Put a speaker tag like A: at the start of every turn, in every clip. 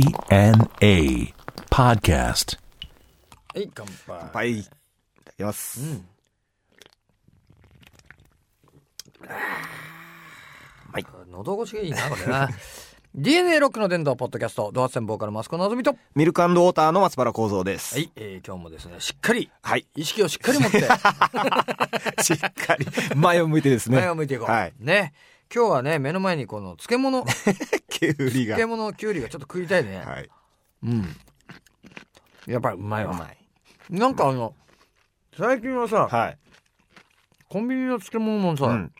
A: DNA Podcast.
B: はい、乾杯。
C: はい。いただきます。
B: 喉越しがいいな、これな。DNA ロックの伝道ポッドキャスト、ドア戦ボーカルマスコのぞみと。は
C: ミルクウォーターの松原幸三です。
B: い、えー今日もですね、しっかり、
C: はい。
B: 意識をしっかり持 って、
C: しっかり前を向いてですね。
B: 前を向いていこう。
C: はい。
B: ね。今日はね、目の前にこの漬物、
C: きゅうりが。
B: 漬物、きゅうりがちょっと食いたいね。
C: はい。
B: やっぱりうまいわ。なんかあの、最近はさ、
C: はい。
B: コンビニの漬物もさ、
C: う。
B: うん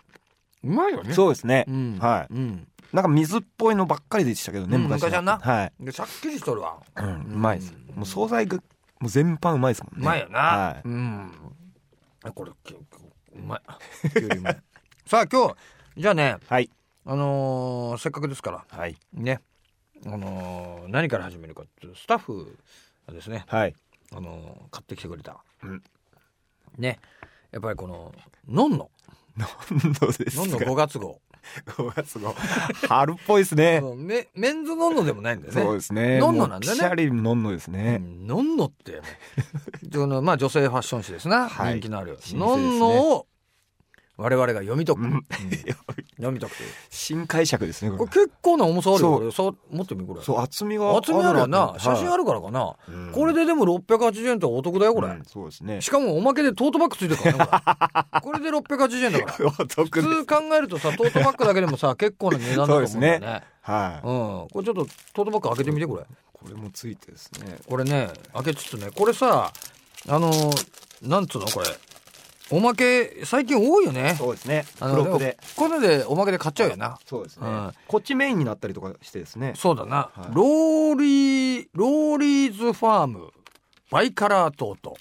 B: まいよね。
C: そうですね
B: う。ん。
C: は
B: う。ん。
C: い。なんか水っぽいのばっかりでしたけどね、
B: うん
C: 昔は。
B: 昔はな
C: はい。
B: で、さっきりしとるわ。
C: うん。うまいです。もう惣菜が、もう全般うまいですもん
B: う
C: ね。
B: まいよな。
C: は
B: うん。あこれ、きゅうまい。 きゅうりうまい。さあ、今日、じゃあね、
C: い。はい。
B: あのーせっかくですから
C: はい。
B: ね、あのー何から始めるかっていうとスタッフがですね、
C: はい。
B: あのー買ってきてくれた、
C: うん
B: ねやっぱりこの「のんの」
C: 何度で
B: 「
C: す
B: のんの
C: か
B: 5月号
C: 5月号。春っぽいです」ね。
B: そうめメンズ「のんの」でもないんだよね
C: そうですね。
B: のんのなんだね
C: もうピシャリのんのです
B: う
C: ね。
B: んのんの」ってねそのまあ女性ファッション誌ですな、
C: はい
B: 人気のある「
C: ですね
B: のんの」を我々が読み解く、
C: う
B: う
C: ん
B: ん読み解くという
C: 新解釈ですね、
B: こ
C: こ
B: れ
C: れ。
B: 結構な重さあるよ
C: そう
B: これそう持ってみこれ
C: そう、厚みが。
B: 厚みあるよな写真あ
C: る
B: るからかな、
C: と思って。
B: これ
C: で、
B: ででも680円ってお得だよこれ、
C: うんそうですね。
B: しかもおまけでトートバッグついてるからね これこれで680円だから
C: お得
B: 普通考えるとさトートバッグだけでもさ結構な値段だと思うんだよね
C: はい、
B: うん、これちょっとトートバッグ開けてみてこれ
C: これもついてですね
B: これね開けつつねこれさあのーなんつうのこれおまけ最近多いよね
C: そうですね
B: あ
C: 付
B: の
C: 録で
B: もこういうのでおまけで買っちゃうよな
C: そうですね、
B: うん
C: こっちメインになったりとかしてですね
B: そうだな、
C: はい
B: ローリーローリーズファームバイカラートート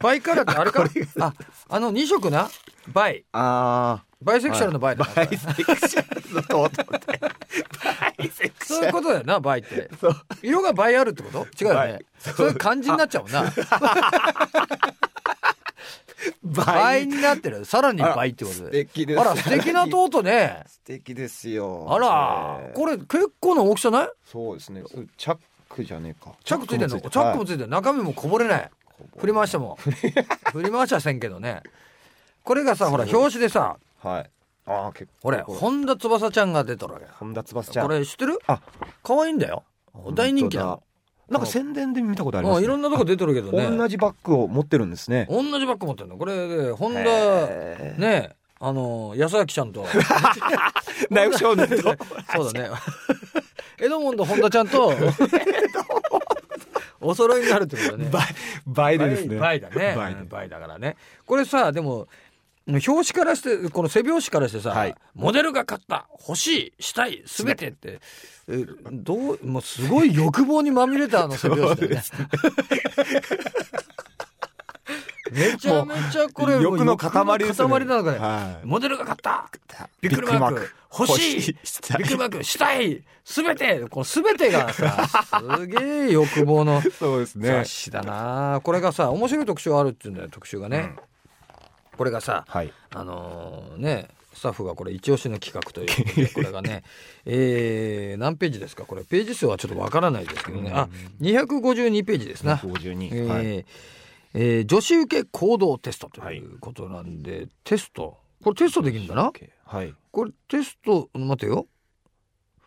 B: バイカラーってあれかああの2色なバイ
C: あ
B: バイセクシャルのバイ
C: ー
B: だな、
C: バイセクシャルのトートってバイセクシ
B: そういう
C: ャル
B: ことだよな、倍って
C: そう。
B: 色が倍あるってこと違うよね
C: 倍。
B: そういう感じになっちゃうもんな。
C: バ
B: 倍
C: イ
B: になってる。さらに倍ってこと
C: 素
B: で。
C: 敵
B: あ
C: です
B: ら、素敵なトートね。
C: 素敵ですよ
B: あら、これ結構な大きさない
C: そうですねチャックじゃねえか
B: チャックついてんのチャックもついてる。中身もこぼれない。振り回して も。振り回しはせんけどね。これがさ、ほら、表紙でさ、
C: はい、はい、ああ結
B: ほ
C: 構
B: れ、本田翼ちゃんが出とるわけだ
C: 本田翼ちゃん
B: これ知ってる
C: あ
B: 可愛いんだよ。大人気なの。
C: なんか宣伝で見たことありま
B: うん
C: す、
B: い
C: ね
B: ろんなとこ出とるけどね。
C: 同じバッグを持ってるんです ね
B: 同じバッグ持ってるのこれでホンダ
C: へー
B: ねあの安明ちゃん と
C: ナイフ少年 と
B: そうだね エドモンド本田ちゃん とお揃いになるってことだね
C: 倍倍でですね。
B: 倍だね
C: 倍
B: う
C: で
B: ん倍だからねこれさでも表紙からしてこの背表紙からしてさ、
C: はい
B: モデルが買った欲しいしたい全てってえどうもうすごい欲望にまみれた あの背表紙だよねめちゃめちゃこれ
C: 欲の塊
B: 欲
C: で
B: の
C: すね。
B: 塊なのかね、
C: はい。
B: モデルが買ったビ
C: ビ
B: ッ
C: ッ
B: ク
C: ク
B: リ
C: リ
B: マ
C: マ
B: ー
C: ー
B: ク
C: ク
B: 欲しい
C: 欲しいしたい
B: ビックリマークしたい全てこの全てが さすげえ欲望の
C: そうですね
B: 雑。誌だなこれがさ面白い特集あるって言うんだよ特集がね、これがさ
C: はい。
B: あのーねスタッフがこれ一押しの企画ということ でこれがねえー何ページですかこれページ数はちょっとわからないですけどねあ252ページですな
C: 五十
B: えー
C: はい。
B: えー女子受け行動テストと
C: はいいう
B: ことなんで、テストこれテストできるんだな
C: はい。
B: これテスト待てよ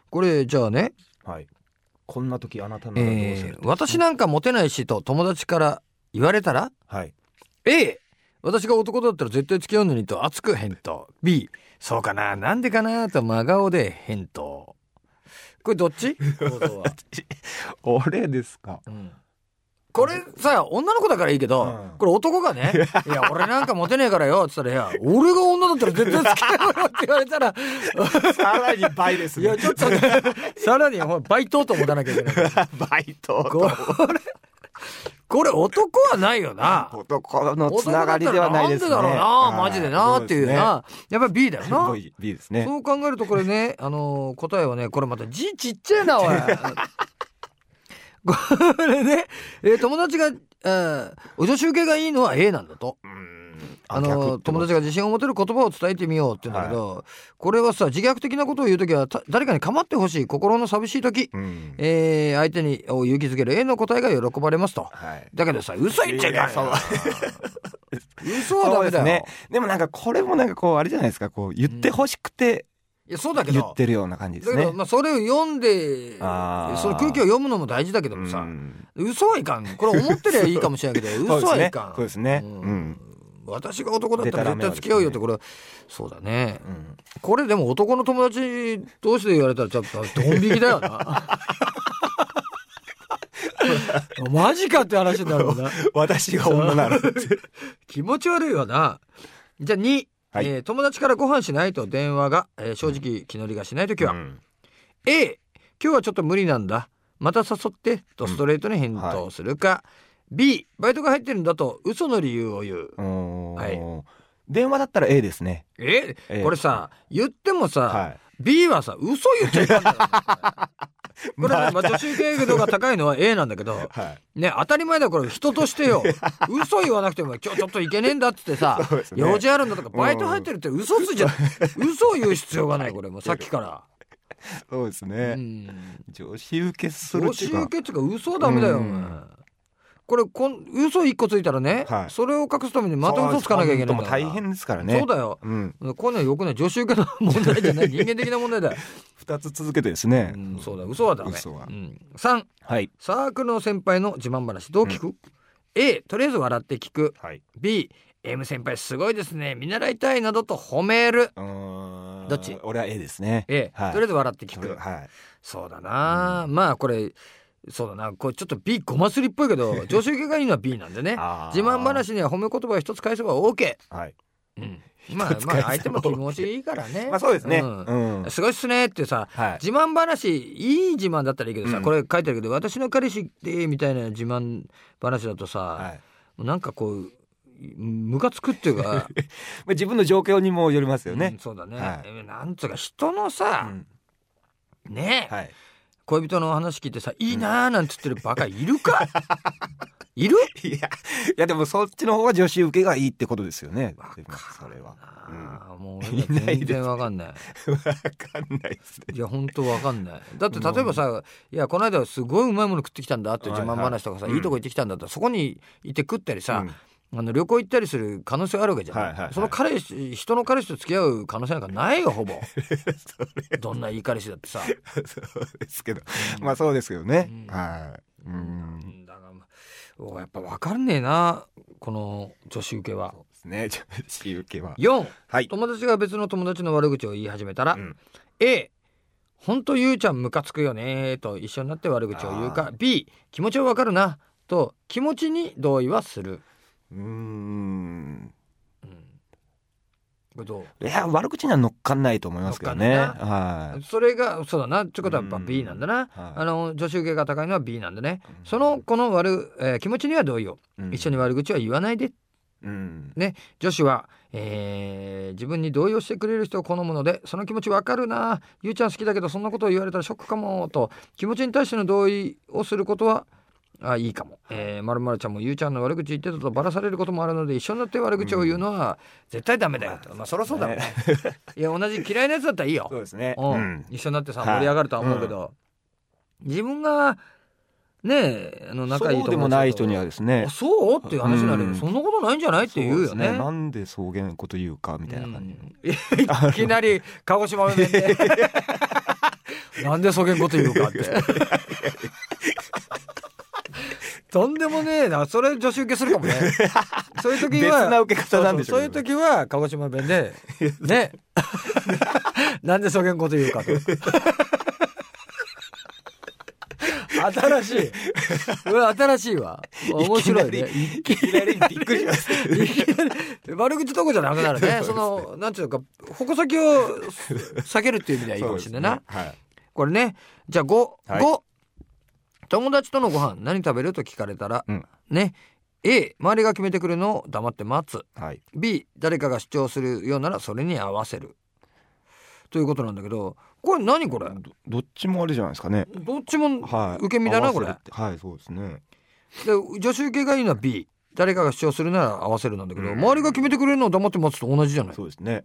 B: これじゃあね、
C: はい。こんな時あなたならどうす
B: え
C: る
B: ー、私なんかモテないしと友達から言われたら
C: はい。
B: A 私が男だったら絶対付き合うのにと熱く返答 B そうかななんでかなと真顔で返答これどっち行動は
C: 俺ですか。
B: うんこれさ女の子だからいいけど、
C: うん
B: これ男がね「いや俺なんかモテねえからよ」って言ったら「いや俺が女だったら絶対付き合うよ」って言われたら
C: さらに倍
B: 「
C: です
B: いやちょっとねさらにお前バイトと持たなきゃいけない」
C: 倍と。
B: これこれ男はないよな。
C: 男のつ
B: 男
C: な
B: だ
C: が
B: っ
C: り
B: た
C: で
B: ら
C: はない
B: なん
C: です
B: で
C: ね。
B: だろうなマジでなっていうなやっぱり B だよ
C: は。
B: な。
C: すごい B ですね。
B: そう考えるとこれ ね、あのー答えはね、これまた字ちっちゃいな、おい。これね、えー友達が、えーお女子受けがいいのは A なんだと。
C: うーん
B: あの友達が自信を持てる言葉を伝えてみようって言うんだけど、これはさ自虐的なことを言う時はた誰かに構ってほしい心の寂しい時、
C: うん
B: えー相手にを勇気づける A の答えが喜ばれますと。
C: はい
B: だけどさ嘘言っちゃいけない
C: いやそう
B: 嘘はダメだよ。い
C: ねでもなんかこれもなんかこうあれじゃないですかこう言ってほしくて
B: やそうだけ
C: 言
B: ど
C: ってるような感じで
B: だ
C: す
B: け
C: ね
B: ど、まあ、それを読んでそ
C: あー
B: の空気を読むのも大事だけど
C: う
B: もさ、
C: ん
B: 嘘はいかんこれ思ってりゃいいかもし れないけど嘘はいかん
C: そうですねそうですね
B: うん
C: うん
B: 私が男だったら絶対付き合うよってこれそうだね
C: うん
B: これでも男の友達同士で言われたらちょっとドン引きだよな マジかって話になるもん な
C: 私が女な のって
B: 気持ち悪いわなじゃあ2、
C: はい
B: えー友達からご飯しないと電話が、えー正直気乗りがしない時は、
C: うん
B: A 今日はちょっと無理なんだまた誘ってとストレートに返答するか、B バイトが入ってるんだと嘘の理由を言う、
C: おー
B: は
C: 電話だったら A ですね。
B: え
C: ええ
B: これさ言ってもさ、
C: は
B: B はさ嘘言っちゃい かんだよ
C: い。
B: これね、まあ、女子受け度が高いのは A なんだけど
C: はい。
B: ね当たり前だよこれ人としてよ嘘言わなくても今日ちょっといけねえんだっつってさ、
C: そう ですね
B: 用事あるんだとかバイト入ってるって嘘ついちゃう嘘を言う必要がないこれもうさっきから。
C: そうです
B: う
C: ね。
B: ん
C: 女子受けする
B: 押
C: ってい
B: し
C: うか
B: 受けっていうか嘘はダメだよ、お前
C: うん
B: これこん嘘一個ついたらね、
C: はい
B: それを隠すためにまた嘘つかなきゃいけない
C: そう
B: か
C: です
B: ら
C: 本当もう大変ですからね。
B: そうだよ
C: うん。
B: こういうのはよくない女子受けの問題じゃない 人間的な問題だよ、
C: 二つ続けてですね。
B: うん、そうだ嘘はダメ
C: 嘘は
B: うん、3
C: はい。
B: サークルの先輩の自慢話どう聞く、A とりあえず笑って聞く
C: はい。
B: B M 先輩すごいですね見習いたいなどと褒める
C: うーん
B: どっち
C: 俺は A ですね。
B: A、
C: はい。
B: とりあえず笑って聞く
C: 俺はい。
B: そうだな、まあこれそうだなこれちょっと B ごますりっぽいけ ど女子受けがいいのは B なんでね
C: あー
B: 自慢。話には褒め言葉を一つ返せば OK、
C: はい。
B: うん、まあ
C: 一つ
B: ま
C: 返せば
B: あ相手も気持ちいいからね
C: まあそうですね。うんん。
B: すごいっすねってさ
C: はい。
B: 自慢話いい自慢だったらいいけどさ、
C: うん
B: これ書いてあるけど私の彼氏でみたいな自慢話だとさ、
C: はい。
B: なんかこうムカつくっていう か、
C: まあ自分の状況にもよりますよ
B: うん
C: ね。
B: そうだね、
C: はい
B: えなんつうか人の
C: う
B: さ、
C: ん。
B: ねえ、
C: はい。
B: 恋人の話聞いてさ「いいな」ーなんつってるバカいるかい る
C: いや、いやでもそっちの方が女子受けがいいってことですよね。でもそれは。
B: あーもう俺には全然わかんない
C: わかんないですね。
B: いや本当わかん ないだって例えばさ「いやこの間すごいうまいもの食ってきたんだ」って自慢話とかさ、
C: はい
B: い
C: はい
B: い、とこ行ってきたんだってそこにいて食ったりさ
C: う、ん
B: あの旅行行ったりする可能性あるわけじゃん、
C: はいはいはい
B: その彼氏人の彼氏と付き合う可能性なんかないよほ ぼどんないい彼氏だってさ、
C: そうですけど、 まあそうですけどね、
B: うん
C: はい、うん、
B: だからおやっぱわかんねえなこの女子受けは
C: そうですね、 女子受けは。
B: 4
C: はい、
B: 友達が別の友達の悪口を言い始めたら、
C: うん
B: A ほんとゆうちゃんムカつくよねと一緒になって悪口を言う
C: あ
B: か B 気持ちはわかるなと気持ちに同意はする、
C: うー
B: う
C: ん、
B: ん、これどう
C: いや悪口には乗っかんないと思いますけどね、
B: 乗っか
C: はい、
B: それがそうだなってことはやっぱ
C: うん
B: B なんだな、
C: はい
B: あの女子受けが高いのは B なんだね、
C: うん
B: その子の悪、えー気持ちには同意を、
C: うん
B: 一緒に、悪口は言わないで
C: うん、
B: ね女子は、えー自分に同意をしてくれる人を好むのでその気持ちわかるなゆうちゃん好きだけどそんなことを言われたらショックかもと気持ちに対しての同意をすることはあいいかも、えー、まるまるちゃんもゆうちゃんの悪口言ってたとバラされることもあるので一緒になって悪口を言うのは絶対ダメだよと、まあそりゃそうだろうねいや同じ嫌いなやつだったらいいよ
C: そうですね、
B: うん
C: うん、
B: 一緒になってさ
C: はい
B: 盛り上がるとは思うけど、自分がねえあの仲いい友達だ
C: そ
B: と
C: うでもない人にはですね
B: あ、そうっていう話になるよ、
C: うん
B: そんなことないんじゃないって言うよ
C: そ
B: ね
C: ですなんで草原のこと言うかみたいな感じの、
B: うんいいきなり鹿児島弁でなんでそげんこと言うかってとんでもねえなそれ女子受けするかもねそういう時は
C: 別な受け方なんでしょう
B: そ
C: け
B: う
C: ど
B: そうそういう時は鹿児島弁でねなんでそげんこと言うかと新しい俺新しいわ面白いね
C: いきなりいきなりびっくりします
B: いきなり 悪口どころじゃなくな るね。その、なんていうか、矛先を避けるっていう意味ではいいかもしれないな。
C: そうですねはい
B: これね、じゃあ5、五
C: はい
B: 友達とのご飯何食べると聞かれたら、
C: うん
B: ね、A、周りが決めてくるのを黙って待つ。
C: はい、
B: B、誰かが主張するようならそれに合わせる。ということなんだけど、これ何これ
C: どどっちもあれじゃないですかね
B: どっちも
C: はい
B: 受け身だな
C: 合わ
B: こ
C: せ
B: れ
C: るってはいそうですね
B: で女子受けがいいのは B 誰かが主張するなら合わせるなんだけど、
C: うん
B: 周りが決めてくれるのを黙って待つと同じじゃない
C: そうですね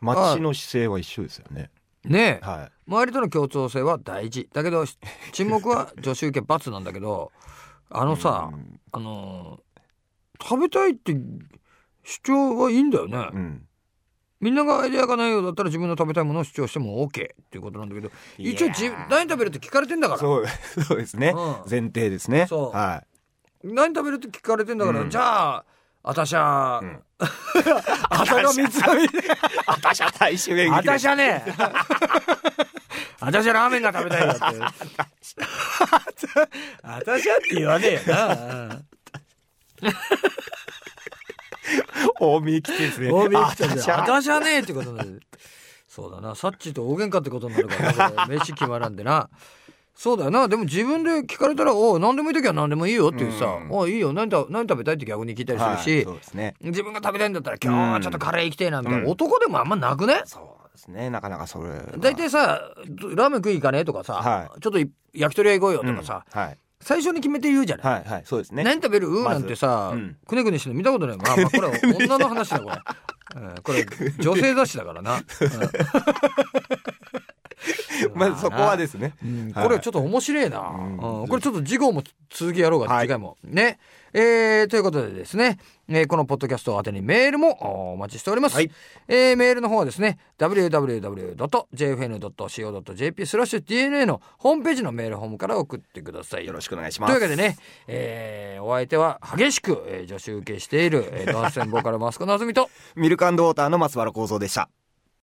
C: 町の姿勢は一緒ですよね
B: ねえ
C: は
B: 周りとの協調性は大事だけどし沈黙は女子受け罰なんだけどあ
C: い
B: のさ、
C: うん
B: あのー食べたいって主張はいいんだよね、
C: うん
B: みんながアイデアがないようだったら自分の食べたいものを主張しても OK っていうことなんだけど一応
C: いやー
B: じ何食べるって聞かれてんだから
C: そうそうですね
B: うん
C: 前提ですね
B: そう
C: は
B: 何食べるって聞かれてんだから、
C: うん
B: じゃあ私は、
C: ん
B: 私は三つ編み
C: い私は大衆演劇で
B: 私はね私はラーメンが食べたいよって私はって言わねえよな
C: 大見きてですね
B: 大見駅店で
C: 私は
B: 私はねえってことになるそうだなさっちと大喧嘩ってことになるからなこれ飯決まらんでなそうだよなでも自分で聞かれたら「おう何でもいい時は何でもいいよ」っていうさ
C: う
B: 「
C: ん
B: おういいよ何た何食べたい?」って逆に聞いたりす
C: は
B: る
C: い
B: し、
C: そうですね
B: 自分が食べたいんだったら「今日はちょっとカレー行きてえな」みたいな、
C: うん
B: 男でもあんまなくね
C: そうですねなかなかそれは
B: 大体さ「ラーメン食い行かね?」とかさ、
C: は
B: ちょっと焼き鳥屋行こうよ」
C: う
B: と
C: ん
B: かさ、
C: はい
B: 最初に決めて言うじゃない、
C: はいはいそうですね
B: 何食べる
C: ま
B: な
C: ず
B: んてさ、
C: うん
B: くねくねしてるの見たことないまあまあこれは女の話だこれ、うんこれ女性雑誌だからな、うん
C: まずそこはですね
B: うん
C: はい
B: これちょっと面白いな、
C: うん
B: うんこれちょっと次号も続きやろうが、
C: はい
B: 次回もねえーということでですね、えーこのポッドキャストを宛てにメールもおお待ちしております、
C: はい
B: えーメールの方はですね www.jfn.co.jp スラッシュ DNA のホームページのメールホームから送ってください
C: よろしくお願いします
B: というわけでね、えーお相手は激しく、えー、女子受けしている、えー、男性ボーカルマスコナズミと
C: ミルクウォーターの松原幸三でした